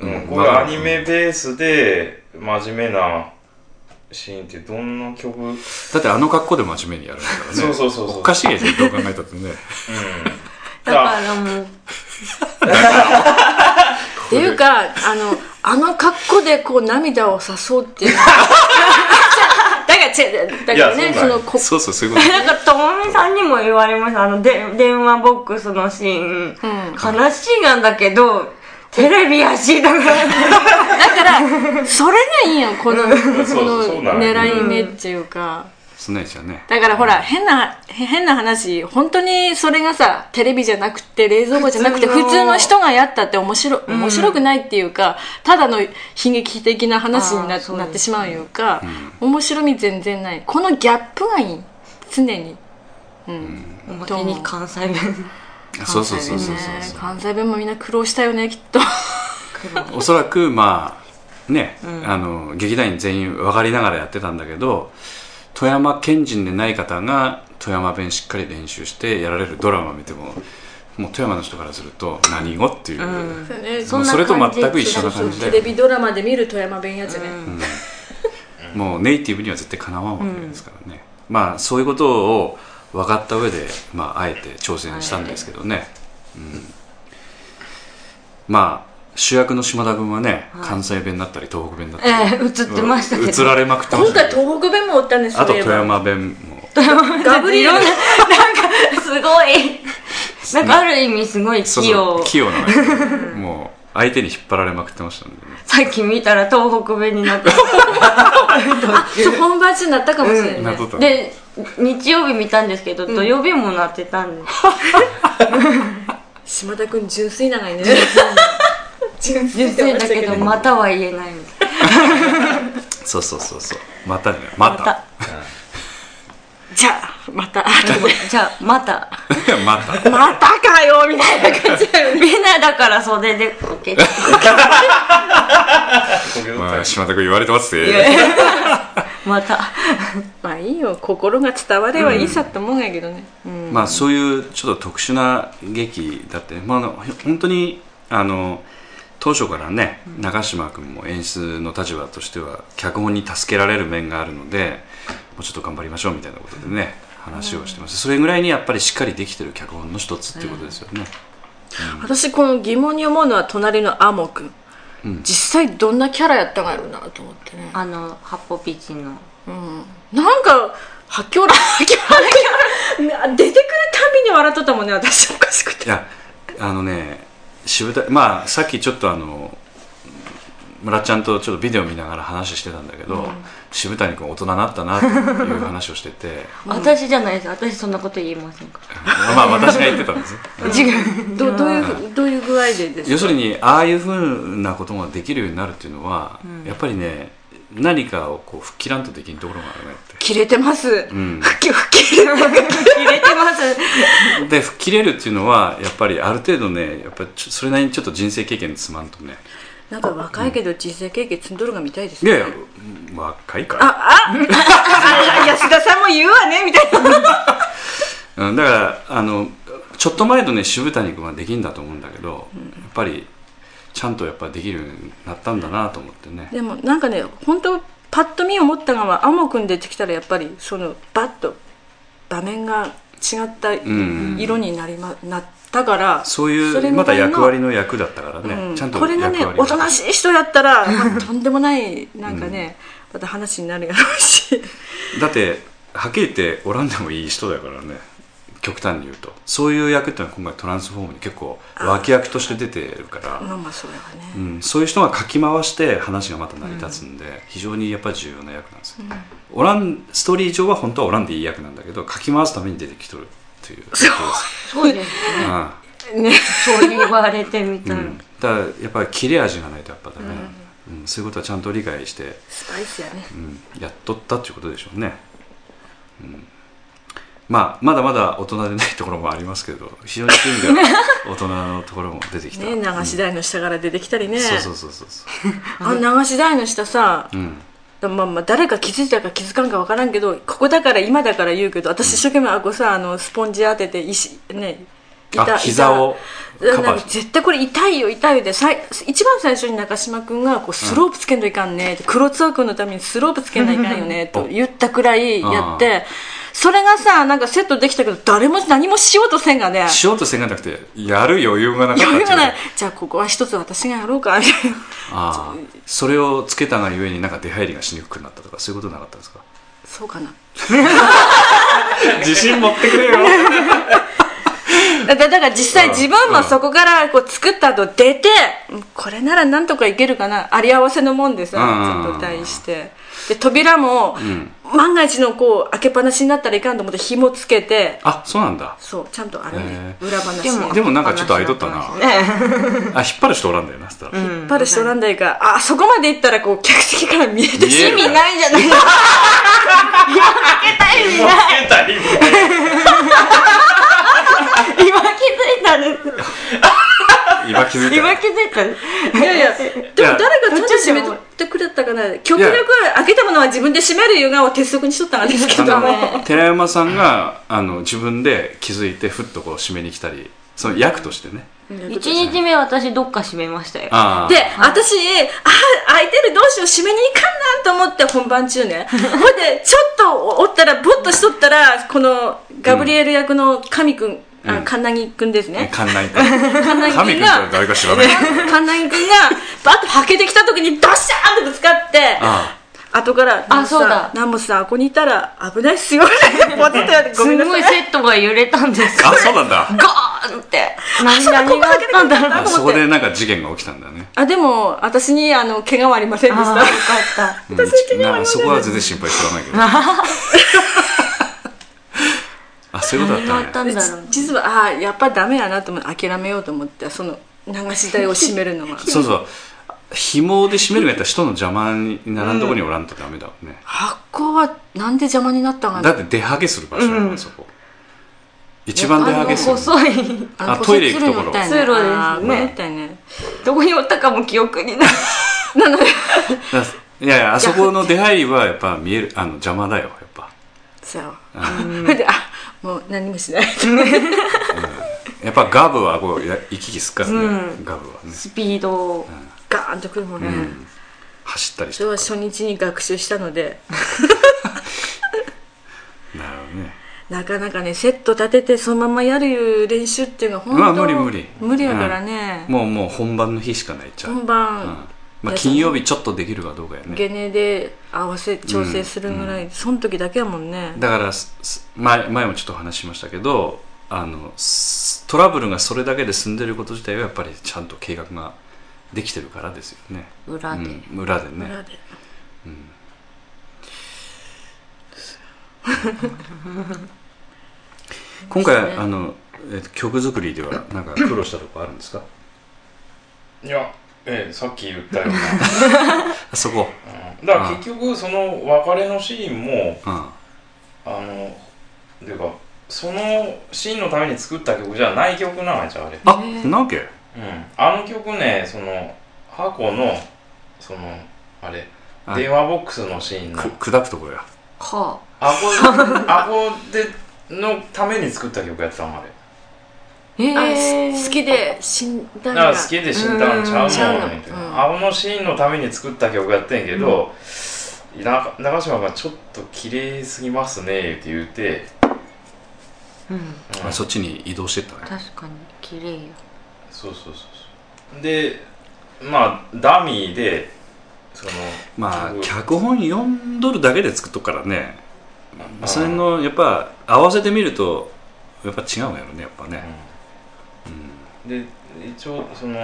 Speaker 4: う
Speaker 5: うんんこれはアニメベースで真面目なシーンってどんな曲、うん、
Speaker 4: だってあの格好で真面目にやるんだからね。
Speaker 5: そうそうそうそう
Speaker 4: おかしいでしょ、どう考えたってね。
Speaker 2: だからもう
Speaker 3: っていうかあのあの格好でこう涙を誘うって いうのはだから違うだから
Speaker 5: い
Speaker 3: ね
Speaker 5: や
Speaker 3: そ
Speaker 5: そうなん
Speaker 3: の
Speaker 5: よ
Speaker 3: こ
Speaker 4: そうそう、そういうこと。
Speaker 2: なんかともみさんにも言われましたあので電話ボックスのシーン、
Speaker 3: うん
Speaker 2: 悲しいなんだけどテレビやしだから
Speaker 3: だからそれがいいやんこのこ
Speaker 5: そうそうそうな
Speaker 3: の
Speaker 5: んよ
Speaker 3: 狙い目っていうか。
Speaker 4: すないですよ ね。
Speaker 3: だからほら変なへ変な話本当にそれがさテレビじゃなくて冷蔵庫じゃなくて
Speaker 2: 普通
Speaker 3: 普
Speaker 2: の
Speaker 3: 通の人がやったって面白,、面白くないっていうかただの悲劇的な話に
Speaker 2: あ
Speaker 3: な,、
Speaker 2: ーそうですね
Speaker 3: なってしまういうか、面白み全然ないこのギャップがいい常に、うん
Speaker 2: おまけに関西弁
Speaker 4: そうそうそうそう
Speaker 3: ね
Speaker 4: そう。
Speaker 3: 関西弁もみんな苦労したよねきっと
Speaker 4: おそらくまあね、あの劇団員全員分かりながらやってたんだけど富山県人でない方が富山弁しっかり練習してやられるドラマ見てももう富山の人からすると何語っていう、
Speaker 3: そ
Speaker 4: もうそれと全く一緒な感じ
Speaker 3: テ
Speaker 4: で
Speaker 3: レビドラマで見る富山弁やつね、
Speaker 4: もうネイティブには絶対かなわんわけですからね、まあそういうことを分かった上で、まあ、あえて挑戦したんですけどね、うん、まあ主役の島田君はね、関西弁だったり東北弁だったり、
Speaker 2: ええ映ってましたけど
Speaker 4: 映られまくってま
Speaker 3: 今
Speaker 4: した
Speaker 3: 回
Speaker 4: けど
Speaker 3: 東北弁もおったんです
Speaker 4: あと
Speaker 3: そういえ
Speaker 4: 富
Speaker 3: ば
Speaker 4: 山弁も
Speaker 3: ガブリエル
Speaker 2: すごい なんかある意味すごい
Speaker 4: そう
Speaker 2: 器
Speaker 4: そう
Speaker 2: 用
Speaker 4: 器用なのよもう相手に引っ張られまくってましたんでね
Speaker 2: さっき見たら東北弁になって
Speaker 3: そう本番中になったかもしれない、
Speaker 4: なぞったの
Speaker 2: で日曜日見たんですけど土曜日もなってたんです、
Speaker 3: 島田君純粋なのにね純
Speaker 2: 純粋だけどまたは言えないみたい
Speaker 4: そうそうそうそうまたねま
Speaker 2: なま
Speaker 4: た
Speaker 2: た
Speaker 3: じゃあま た
Speaker 2: じゃあまた
Speaker 4: また
Speaker 3: またかよみたいな感じ
Speaker 2: みんなだから袖でこけて
Speaker 5: こけとった
Speaker 4: ま
Speaker 5: り
Speaker 4: あ島田君言われてますね
Speaker 2: また
Speaker 3: まあいいよ心が伝わればいいさって思うんやけどね、うん
Speaker 4: まあそういうちょっと特殊な劇だってまああの本当にあの当初からね長嶋君も演出の立場としては脚本に助けられる面があるのでもうちょっと頑張りましょうみたいなことでね話をしてますそれぐらいにやっぱりしっかりできてる脚本の一つっていうことですよね、
Speaker 3: 私この疑問に思うのは隣のアモ君、実際どんなキャラやったんやろうなと思ってね、
Speaker 2: あの八方ピーチの
Speaker 3: なんか発狂ら発狂ら出てくるたびに笑っとったもんね私おかしく
Speaker 4: い
Speaker 3: て
Speaker 4: やあのね渋谷まあさっきちょっとあの村ちゃんとちょっとビデオ見ながら話してたんだけど、渋谷君大人になったなっていう話をしてて
Speaker 2: 私じゃないです私そんなこと言えませんか
Speaker 4: まあ私が言ってたんですね
Speaker 2: ら違う
Speaker 3: どどういうふうどういう具合でですか
Speaker 4: 要するにああいうふうなことができるようになるっていうのは、やっぱりね何かをこう吹っ切らんとできんところがあるねって
Speaker 3: 切れてます、
Speaker 4: ん
Speaker 3: ふきふき
Speaker 2: 入れてます
Speaker 4: で吹っ切れるっていうのはやっぱりある程度ねやっぱちょそれなりにちょっと人生経験つまんとね
Speaker 3: なんか若いけど人生経験積んどるが見たいです
Speaker 4: い
Speaker 3: ね
Speaker 4: やいや若いから
Speaker 3: ああ安田さんも言うわねみたいな
Speaker 4: うん、だからあのちょっと前とね渋谷君はできんだと思うんだけど、やっぱりちゃんとやっぱできるようになったんだなと思ってね、
Speaker 3: でもなんかね本当パッと見思ったがまあモくん出てきたらやっぱりそのバッと場面が違った
Speaker 4: ん
Speaker 3: 色になりま、なったから
Speaker 4: そうい
Speaker 3: それ
Speaker 4: う
Speaker 3: み
Speaker 4: ま
Speaker 3: た
Speaker 4: た
Speaker 3: いな
Speaker 4: 役割の役だったからね、
Speaker 3: うん
Speaker 4: ちゃんと
Speaker 3: これがね
Speaker 4: 役割
Speaker 3: おとなしい人やった ら、まあとんでもないなんかね、また話になるやろうし
Speaker 4: だってはっきり言っておらんでもいい人だからね極端に言うとそういう役っていうのは今回トランスフォームに結構脇役として出てるから、
Speaker 3: まあまあそれはね、
Speaker 4: うん、そういう人がかき回して話がまた成り立つんで、非常にやっぱり重要な役なんですよ、おらんストーリー上は本当はおらんでいい役なんだけどかき回すために出てきとるっていうそう
Speaker 2: そうです
Speaker 4: うん、だ
Speaker 2: そう言われてみたら、
Speaker 4: からやっぱり切れ味がないとやっぱだね、うんそういうことはちゃんと理解して、
Speaker 3: スパイスやね
Speaker 4: うん、やっとったっていうことでしょうね、うんまあ、まだまだ大人でないところもありますけど非常にそういう意味では大人のところも出てきた、
Speaker 3: ね流し台の下から出てきたりね、
Speaker 4: そうそうそうそうそ
Speaker 3: あ流し台の下さ、
Speaker 4: う、うん、
Speaker 3: まあまあ、誰か気づいたか気づかんか分からんけどここだから今だから言うけど私一生懸命あこさあのスポンジ当てて石、ね、
Speaker 4: あ膝をカ
Speaker 3: な
Speaker 4: バ
Speaker 3: んか
Speaker 4: ーして
Speaker 3: 絶対これ痛いよ痛いよでさい一番最初に中島君がこうスロープつけんといかんねって、黒ツワ君のためにスロープつけないかんよ ねと言ったくらいやってそれがさなんかセットできたけど誰も何もしようとせんがね
Speaker 4: しようとせんがなくてやる余裕がなかったって
Speaker 3: 余
Speaker 4: いう
Speaker 3: 裕がないじゃあここは一つ私がやろうかみたいな
Speaker 4: ああそれをつけたがゆえになんか出入りがしにくくなったとかそういうことなかったですか
Speaker 3: そうかな
Speaker 4: 自信持ってくれよ
Speaker 3: だだから実際
Speaker 4: うん
Speaker 3: 自分
Speaker 4: う
Speaker 3: も
Speaker 4: ん
Speaker 3: そこからこう作った後出てうんこれならなんとかいけるかなあり合わせのもんでさ
Speaker 4: うん
Speaker 3: ちょっと対してで扉も
Speaker 4: ん
Speaker 3: 万が一のこう開けっぱなしになったらいかんと思って紐つけて
Speaker 4: あそうなんだ
Speaker 3: そうちゃんとあるね
Speaker 4: へ
Speaker 3: 裏話
Speaker 2: でも
Speaker 4: でもなんかちょっとあいとったな
Speaker 2: 話
Speaker 4: あ引っ張る人おらんだよなそしたら、
Speaker 2: 引
Speaker 3: 引っ張る人なんだいかあそこまで行ったらこう客席から見えて
Speaker 4: 見え
Speaker 3: し
Speaker 4: る
Speaker 3: みないじゃない
Speaker 5: もうつけたりも
Speaker 2: 今気づいたん です
Speaker 4: 今気づいた
Speaker 2: 今気づいたんです
Speaker 3: いやいやでも誰かちゃんと閉めとってくれたかな極力開けたものは自分で閉めるよがを鉄則にしとったんですけども
Speaker 4: あの寺山さんがあの自分で気づいてふっとこう締めに来たりその役としてね
Speaker 2: 1日目私どっか閉めましたよ
Speaker 4: あ
Speaker 3: で、私、あ、開いてるどうしよう、閉めに行かんなと思って本番中ね。ほいで、ちょっとおったら、ぼっとしとったら、この、ガブリエル役の神くん、
Speaker 4: う
Speaker 3: あ、
Speaker 4: ん
Speaker 3: カンナギくんですね。
Speaker 4: 館内か
Speaker 3: カンナギく
Speaker 4: 神
Speaker 3: ん
Speaker 4: 君とは
Speaker 3: が、
Speaker 4: 誰か知らない けど
Speaker 3: カンナギくんが、バッとはけてきた時に、ドシャーンってぶつかって、
Speaker 4: あ
Speaker 3: 後から、
Speaker 2: あそうだ
Speaker 3: ナモさん、あここにいたら危ないっすよ、ポツッとやって、ご
Speaker 2: す
Speaker 3: めんな
Speaker 2: ご
Speaker 3: さ
Speaker 2: い
Speaker 3: い。
Speaker 2: セットが揺れたんです
Speaker 4: ああそうなんだ
Speaker 2: ガーンって何
Speaker 3: そうだ
Speaker 2: 何があったんだ
Speaker 3: こ
Speaker 2: ろう
Speaker 3: こが開けてたんだ
Speaker 4: あそこでなんか事件が起きたんだよね
Speaker 3: あ、でも、私に、あの、怪我はありませんでし
Speaker 2: あー
Speaker 3: た。
Speaker 2: よかっ
Speaker 4: うんなそこは全然心配してらないけど あそういうこ
Speaker 2: た
Speaker 4: と
Speaker 2: 何が
Speaker 4: だ
Speaker 2: あ
Speaker 4: っ
Speaker 2: ったた
Speaker 4: ね
Speaker 2: んだろう
Speaker 3: 実はああやっぱダメやなと思って諦めようと思ってその流し台を閉めるのが
Speaker 4: そうそう紐で締めるんやったら人の邪魔にならんとこにおらんとダメだもんね、
Speaker 3: 発酵はなんで邪魔になったん
Speaker 4: だっ
Speaker 3: か
Speaker 4: て出はげする場所やもん、そこ一番出はげする
Speaker 2: 細い
Speaker 4: あトイレ行くところ
Speaker 3: 通
Speaker 2: 通路ですね
Speaker 3: ねみたいね
Speaker 2: どこにおったかも記憶にない
Speaker 4: だいやいやあそこの出入りはやっぱ見えるあの邪魔だよやっぱ
Speaker 3: そうそ れであもう何もしない
Speaker 4: やっぱガブはこうや行き来すっからね、ガブはね
Speaker 2: スピード
Speaker 3: ガーンとくるもんね、
Speaker 4: 走ったりし
Speaker 3: そ
Speaker 4: て
Speaker 3: れは初日に学習したので
Speaker 4: なるほどね
Speaker 3: なかなかねセット立ててそのままやる練習っていうのは本
Speaker 4: うわ
Speaker 3: 当
Speaker 4: 無理無理
Speaker 3: 無理やからね、
Speaker 4: もうもう本番の日しかないっちゃう、うん
Speaker 3: 本番、
Speaker 4: まあ、金曜日ちょっとできるかどうかやね
Speaker 3: ゲネで合わせ調整するぐらい、その時だけやもんね
Speaker 4: だからすす前前もちょっとお話ししましたけどあのすトラブルがそれだけで済んでること自体はやっぱりちゃんと計画ができてるからですよね
Speaker 2: 裏で、
Speaker 4: うん、裏でね
Speaker 3: 裏で
Speaker 4: 今回、あの、えっと曲作りではなんか苦労したとこあるんですか
Speaker 5: いやええさっき言ったような
Speaker 4: あそこ
Speaker 5: うんだから結局その別れのシーンも
Speaker 4: うんあ
Speaker 5: あのていうかそのシーンのために作った曲じゃない曲なんじゃあれ、
Speaker 4: なわけ
Speaker 5: うん、あの曲ねその箱のそのあれ
Speaker 4: あ
Speaker 5: 電話ボックスのシーンの
Speaker 4: く砕くところや
Speaker 2: は
Speaker 5: アゴアゴでのために作った曲やってたもんあれ
Speaker 2: あえ
Speaker 3: あ
Speaker 2: ー
Speaker 3: す好きで死んだ
Speaker 5: だ
Speaker 3: ん
Speaker 5: か
Speaker 3: だ
Speaker 5: ら好きで死んだのちゃうもんみたい
Speaker 3: うん
Speaker 5: なアゴのシーンのために作った曲やってんけど、な中島がちょっと綺麗すぎますねって言って、
Speaker 2: うん
Speaker 5: うん
Speaker 4: あそっちに移動してったね
Speaker 2: 確かに綺麗よ
Speaker 5: そうそうそうそうでまあダミーでその
Speaker 4: まあ
Speaker 5: 曲
Speaker 4: 脚本読んどるだけで作っとくからね
Speaker 5: あー
Speaker 4: それのやっぱ合わせてみるとやっぱ違うんやろねやっぱね
Speaker 5: で一応その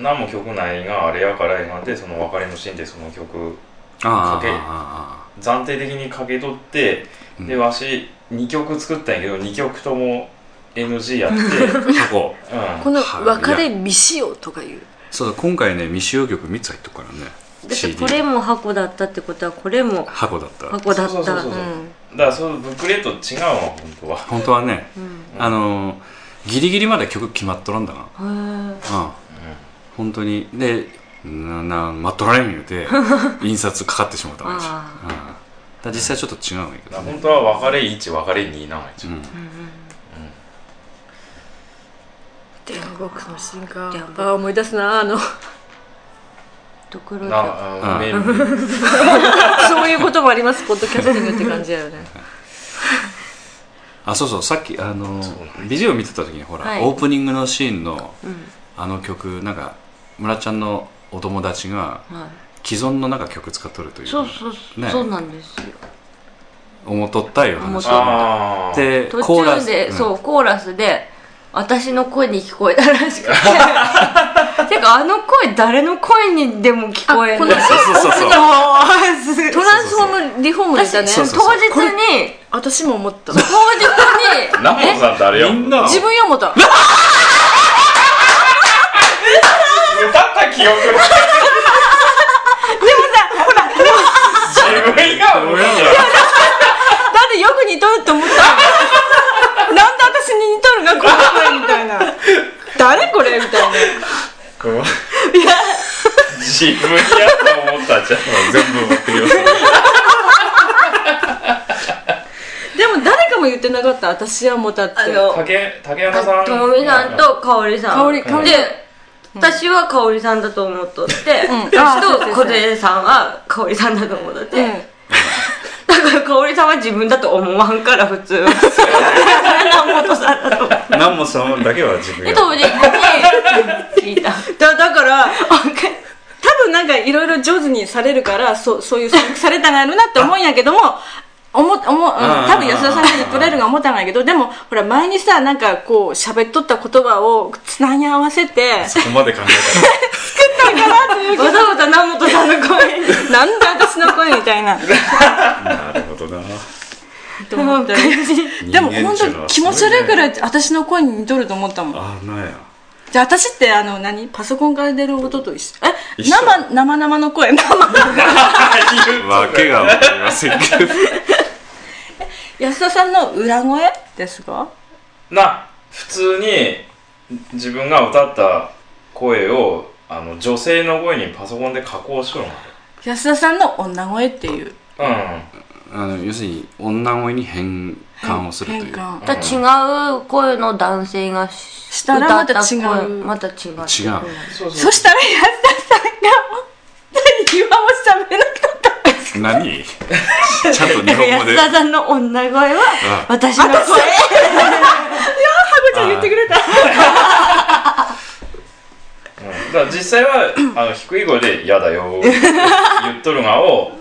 Speaker 5: 何も曲ないがあれやからやなってその別れのシーンでその曲
Speaker 4: あー
Speaker 5: かけ
Speaker 4: あ
Speaker 5: 暫定的にかけ取って、
Speaker 4: うん
Speaker 5: でわし2曲作ったんやけど2曲とも NG やって、
Speaker 4: ーあーあーこ
Speaker 3: こ
Speaker 5: う
Speaker 3: の
Speaker 4: はい
Speaker 3: 別れ未使用とかいう
Speaker 4: そうだ今回ね未使用曲3つ入っとくからね
Speaker 2: だって
Speaker 4: CD
Speaker 2: これも箱だったってことはこれも
Speaker 4: 箱だった
Speaker 2: 箱だった
Speaker 5: そうそうそう
Speaker 3: う
Speaker 5: そ
Speaker 3: ん
Speaker 5: ん、だからそのブックレット違うわ本当は
Speaker 4: 本当はね
Speaker 2: うん
Speaker 4: あのギリギリまで曲決まっとらんだな
Speaker 2: へ
Speaker 4: うん本当にでなな待っとられん言う て印刷かかってしまったわけですよ、
Speaker 2: あ
Speaker 4: うん、だから実際ちょっと違うんやけ
Speaker 5: だ
Speaker 4: ど
Speaker 5: から
Speaker 4: ね
Speaker 5: 本当は別れ1別れ2なんや、
Speaker 4: うん
Speaker 2: ーうんうん
Speaker 3: 天国のシンカ
Speaker 2: 天
Speaker 3: ー
Speaker 2: 国
Speaker 3: ああ思い出すなあの
Speaker 2: ところで
Speaker 5: なあ
Speaker 4: あ
Speaker 5: メール
Speaker 3: そういうこともありますポッドキャスティングって感じだよね
Speaker 4: あそうそうさっきあの
Speaker 5: そうなん
Speaker 4: ビデオ見てた時にほら、
Speaker 2: はい
Speaker 4: オープニングのシーンの
Speaker 2: うん
Speaker 4: あの曲なんか村ちゃんのお友達が
Speaker 2: は
Speaker 4: 既存のなんか曲使っとるとい
Speaker 2: いうそうそうそう、
Speaker 4: ね
Speaker 2: そうなんですよ
Speaker 4: 思っとったいう話
Speaker 5: ああ
Speaker 4: で
Speaker 2: 途
Speaker 4: コーラ
Speaker 2: 中
Speaker 4: ス
Speaker 2: で、
Speaker 4: うん
Speaker 2: そうコーラスで私の声に聞こえたら しくててかあの声誰の声にでも聞こえ
Speaker 3: こ
Speaker 2: る
Speaker 3: の
Speaker 4: そうそうそう そう
Speaker 3: トランスフォームリフォームで
Speaker 2: 私
Speaker 3: したね
Speaker 4: そうそう
Speaker 2: 当日に
Speaker 3: 私も思った
Speaker 2: 当日に
Speaker 5: ナモさんってあれよ
Speaker 4: みんな
Speaker 3: 自分よ思った
Speaker 5: 歌った記憶でもさほら自分が思う
Speaker 3: だってよく似とるって思ったのなんで私に似とるがこの前みたいな 誰これみたいな
Speaker 5: こう自分やと思ったじゃん全部僕よ
Speaker 3: でも誰かも言ってなかった私はもたって
Speaker 2: あの
Speaker 5: 竹竹山さん
Speaker 2: ともみさんと香織さん
Speaker 3: 香織香織
Speaker 2: で私は香織さんだと思っとって、
Speaker 3: んあ
Speaker 2: 私
Speaker 3: ーそうそうそ
Speaker 2: と
Speaker 3: う
Speaker 2: 小出さんは香織さんだと思っとって、
Speaker 3: うん
Speaker 2: だ から香織さんは自分だと思わんから普 通は南本さんだと思って
Speaker 4: 南本さんだけは自分
Speaker 2: で
Speaker 4: よ
Speaker 2: 当日に聞いた
Speaker 3: だだから多分なんかいろいろ上手にされるからそうそういうされたんやるなって思うんやけども思思うん、多分安田さんが言っとられるが思ったんやけどでもほら前にさなんかこう喋っとった言葉をつなぎ合わせ て
Speaker 4: そこまで考え
Speaker 2: わざわざ南本さんの声に
Speaker 3: なんで私の声みたいな
Speaker 4: た らなるほどな
Speaker 3: と思ったりでも本当に気持ち悪いくらい私の声に似とると思ったもん
Speaker 4: あなんや
Speaker 3: じゃあ私ってあの何パソコンから出る音と一緒え
Speaker 4: 一緒
Speaker 3: 生生々の声生
Speaker 4: わけがわかりませんけど
Speaker 3: 安田さんの裏声ですか
Speaker 5: な普通に自分が歌った声をあの女性の声にパソコンで加工しとるの
Speaker 3: 安田さんの女声っていう
Speaker 5: うん
Speaker 4: あの要するに女声に変換をすると
Speaker 3: 変
Speaker 4: いう
Speaker 3: 換
Speaker 2: また違う声の男性が
Speaker 3: したらまた違う
Speaker 2: 歌った声また違う
Speaker 4: 違う
Speaker 5: そうそう
Speaker 3: そしたら安田さんが本当に今も喋れなかった
Speaker 4: 何ちゃんと日本語
Speaker 2: 安
Speaker 4: で
Speaker 2: 田さんの女声は
Speaker 4: あ
Speaker 2: 私の声
Speaker 3: ちゃん言ってくれた
Speaker 5: うんだから実際は あの低い声で「嫌だよ」って言っとるがを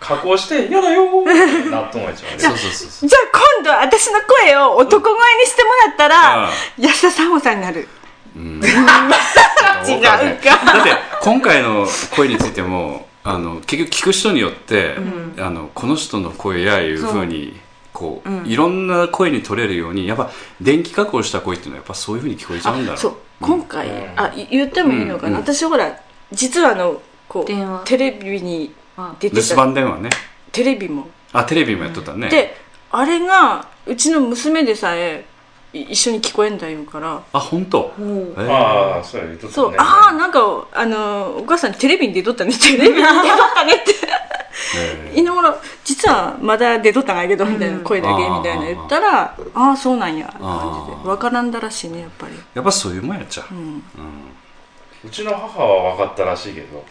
Speaker 5: 加工して「嫌だよ」ってなっとんが一番
Speaker 4: そ
Speaker 5: ね
Speaker 4: うそうそうそう
Speaker 3: じゃあ今度私の声を男声にしてもらったら
Speaker 4: ああ
Speaker 3: 安田さんもさんになる
Speaker 4: う
Speaker 3: 違
Speaker 4: ん
Speaker 3: うか
Speaker 4: だって今回の声についてもあの結局聞く人によって、あのこの人の声やいうふうにこう、いろんな声に取れるようにやっぱ電気加工した声っていうのはやっぱそういうふうに聞こえちゃうんだろう
Speaker 3: そう今回、
Speaker 5: うん
Speaker 3: あい言ってもいいのかな、
Speaker 4: うん
Speaker 3: 私ほら実はあのこ
Speaker 2: 電話
Speaker 3: うテレビに出て
Speaker 4: 留守
Speaker 3: た
Speaker 4: 番電話ね
Speaker 3: テレビも
Speaker 4: あテレビもやっとったね、
Speaker 3: であれがうちの娘でさえい一緒に聞こえんだ言うから
Speaker 4: あ本当、
Speaker 2: ん
Speaker 4: えー
Speaker 5: ああそうや言っとったね
Speaker 3: そう、ああなんかあのお母さんテレビに出とったねテレビに出とったねって
Speaker 4: えー
Speaker 3: 言いながら実はまだ出とったんやけどみたいな声だけみたいな言ったらああーそうなんやって感じ
Speaker 4: あ
Speaker 3: で
Speaker 4: ー
Speaker 3: 分からんだらしいねやっぱり
Speaker 4: やっぱそういうもんやっちゃう、
Speaker 3: うん
Speaker 5: うちの母は分かったらしいけど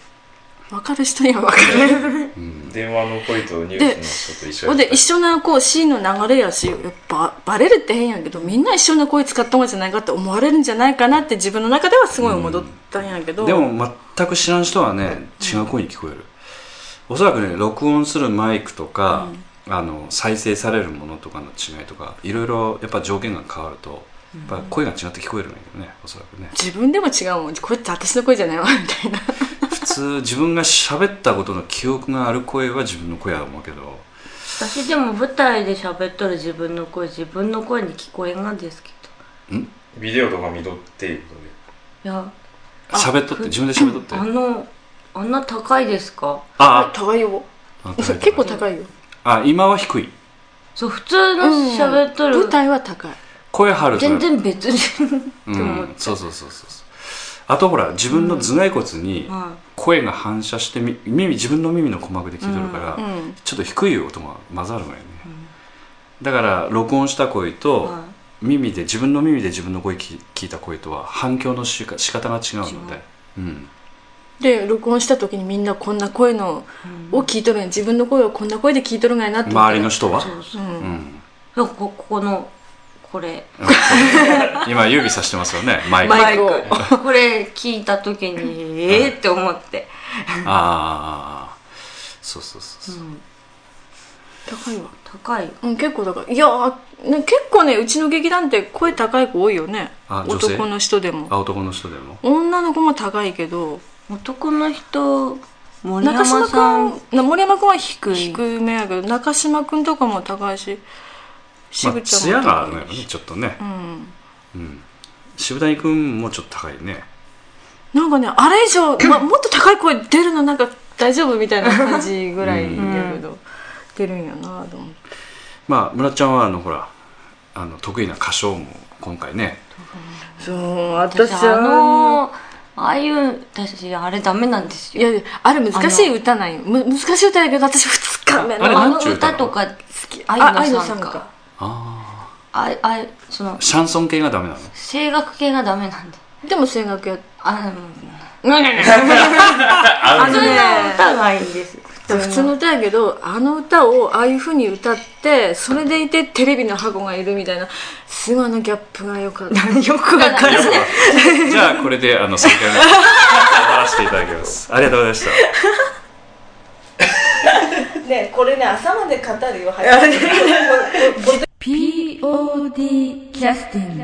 Speaker 3: 分かる人には分かる
Speaker 5: 電話の声とニュースの人と一緒
Speaker 3: ほ
Speaker 5: や
Speaker 3: ん
Speaker 5: っ
Speaker 3: で一緒なこうシーンの流れやしやっぱバレるって変やけどみんな一緒な声使ったもんじゃないかって思われるんじゃないかなって自分の中ではすごい思っとったんやけど、
Speaker 4: でも全く知らん人はね違う声に聞こえる、おそらくね録音するマイクとか、あの再生されるものとかの違いとかいろいろやっぱ条件が変わるとやっぱ声が違って聞こえるんだけどねおそらくね
Speaker 3: 自分でも違うもんこれって私の声じゃないわみたいな
Speaker 4: 普通自分が喋ったことの記憶がある声は自分の声だと思うけど
Speaker 2: 私でも舞台で喋っとる自分の声自分の声に聞こえんがですけ
Speaker 5: たビデオとか見とっていうことで
Speaker 2: どいや
Speaker 4: 喋っとって自分で喋っとって
Speaker 2: あのあんな高いですか
Speaker 4: あ
Speaker 3: 高いよ
Speaker 4: あ
Speaker 3: そう結構高いよ
Speaker 4: あ今は低い
Speaker 2: そう普通の喋っとる、
Speaker 3: 舞台は高い
Speaker 4: 声張ると
Speaker 2: 全然別人って
Speaker 4: う
Speaker 2: 思っ
Speaker 4: ん、そうそうそうそうそうあとほら自分の頭蓋骨に
Speaker 2: は
Speaker 4: 声が反射してみ耳自分の耳の鼓膜で聞いてるから、
Speaker 3: うん
Speaker 4: ちょっと低い音が混ざるのよね、だから録音した声と
Speaker 2: は
Speaker 4: 耳で自分の耳で自分の声き聞いた声とは反響のしか仕方が違うので、うん、
Speaker 3: で録音した時にみんなこんな声のを聞いとるんや自分の声をこんな声で聞いとるんやなって思ったら
Speaker 4: 周りの人は
Speaker 2: そうそうう、
Speaker 3: ん
Speaker 4: うん、
Speaker 2: なんかこここのこれ
Speaker 4: 今指さしてますよ ねマイク
Speaker 3: マ
Speaker 4: あ
Speaker 3: イクを
Speaker 2: これ聞いた時にえーって思って、
Speaker 4: あそうそうそう
Speaker 2: う、
Speaker 4: そうん
Speaker 3: 高いわ
Speaker 2: 高い
Speaker 3: うん結構だからいやー、ね、結構ねうちの劇団って声高い子多いよね
Speaker 4: あ女性
Speaker 3: 男の人でも
Speaker 4: あ男の人でも
Speaker 3: 女の子も高いけど
Speaker 2: 男の人森
Speaker 3: 中島
Speaker 2: 山さん
Speaker 3: 君森山君は低
Speaker 2: い
Speaker 3: い低めやけど中島君とかも高いし
Speaker 4: ま
Speaker 3: 渋
Speaker 4: あ
Speaker 3: ちゃんも高いし、
Speaker 4: 艶があるのよねちょっとね、
Speaker 3: うん
Speaker 4: うん、渋谷君もちょっと高いね
Speaker 3: なんかねあれ以上、ま、もっと高い声出るのなんか大丈夫みたいな感じぐらいやけど、出るんやなと思って
Speaker 4: まあ村ちゃんはあのほらあの得意な歌唱も今回ね
Speaker 3: そう私
Speaker 2: 私あ
Speaker 3: は
Speaker 2: のああいう私あれダメなんです
Speaker 3: い
Speaker 2: よ
Speaker 3: やあれ難しい歌ないむ難しい歌やけど私2日目の
Speaker 4: あれ
Speaker 2: あ
Speaker 4: なん
Speaker 2: の
Speaker 4: ちゅう歌
Speaker 2: 歌
Speaker 4: なの
Speaker 2: とか好き
Speaker 3: あ
Speaker 2: あ
Speaker 3: 愛
Speaker 2: い
Speaker 3: の
Speaker 2: の
Speaker 3: さ
Speaker 2: さ
Speaker 3: ん
Speaker 2: ん
Speaker 3: か
Speaker 2: か
Speaker 4: あ
Speaker 2: あいあいその
Speaker 4: あシャンソン系がダメなの
Speaker 2: 声楽系がダメなんで
Speaker 3: でも声楽やっ
Speaker 2: あの
Speaker 3: ねねね
Speaker 5: あ
Speaker 3: あ
Speaker 5: の
Speaker 3: のね
Speaker 2: 歌がいいんです
Speaker 3: 普通の歌やけどあの歌をああいうふうに歌ってそれでいてテレビの箱がいるみたいなすごいあのギャップがよかった よくわかる
Speaker 4: じゃあこれであの3回目 終わらせていただきますありがとうございました
Speaker 3: ねこれね朝まで語るよ
Speaker 1: POD キャスティング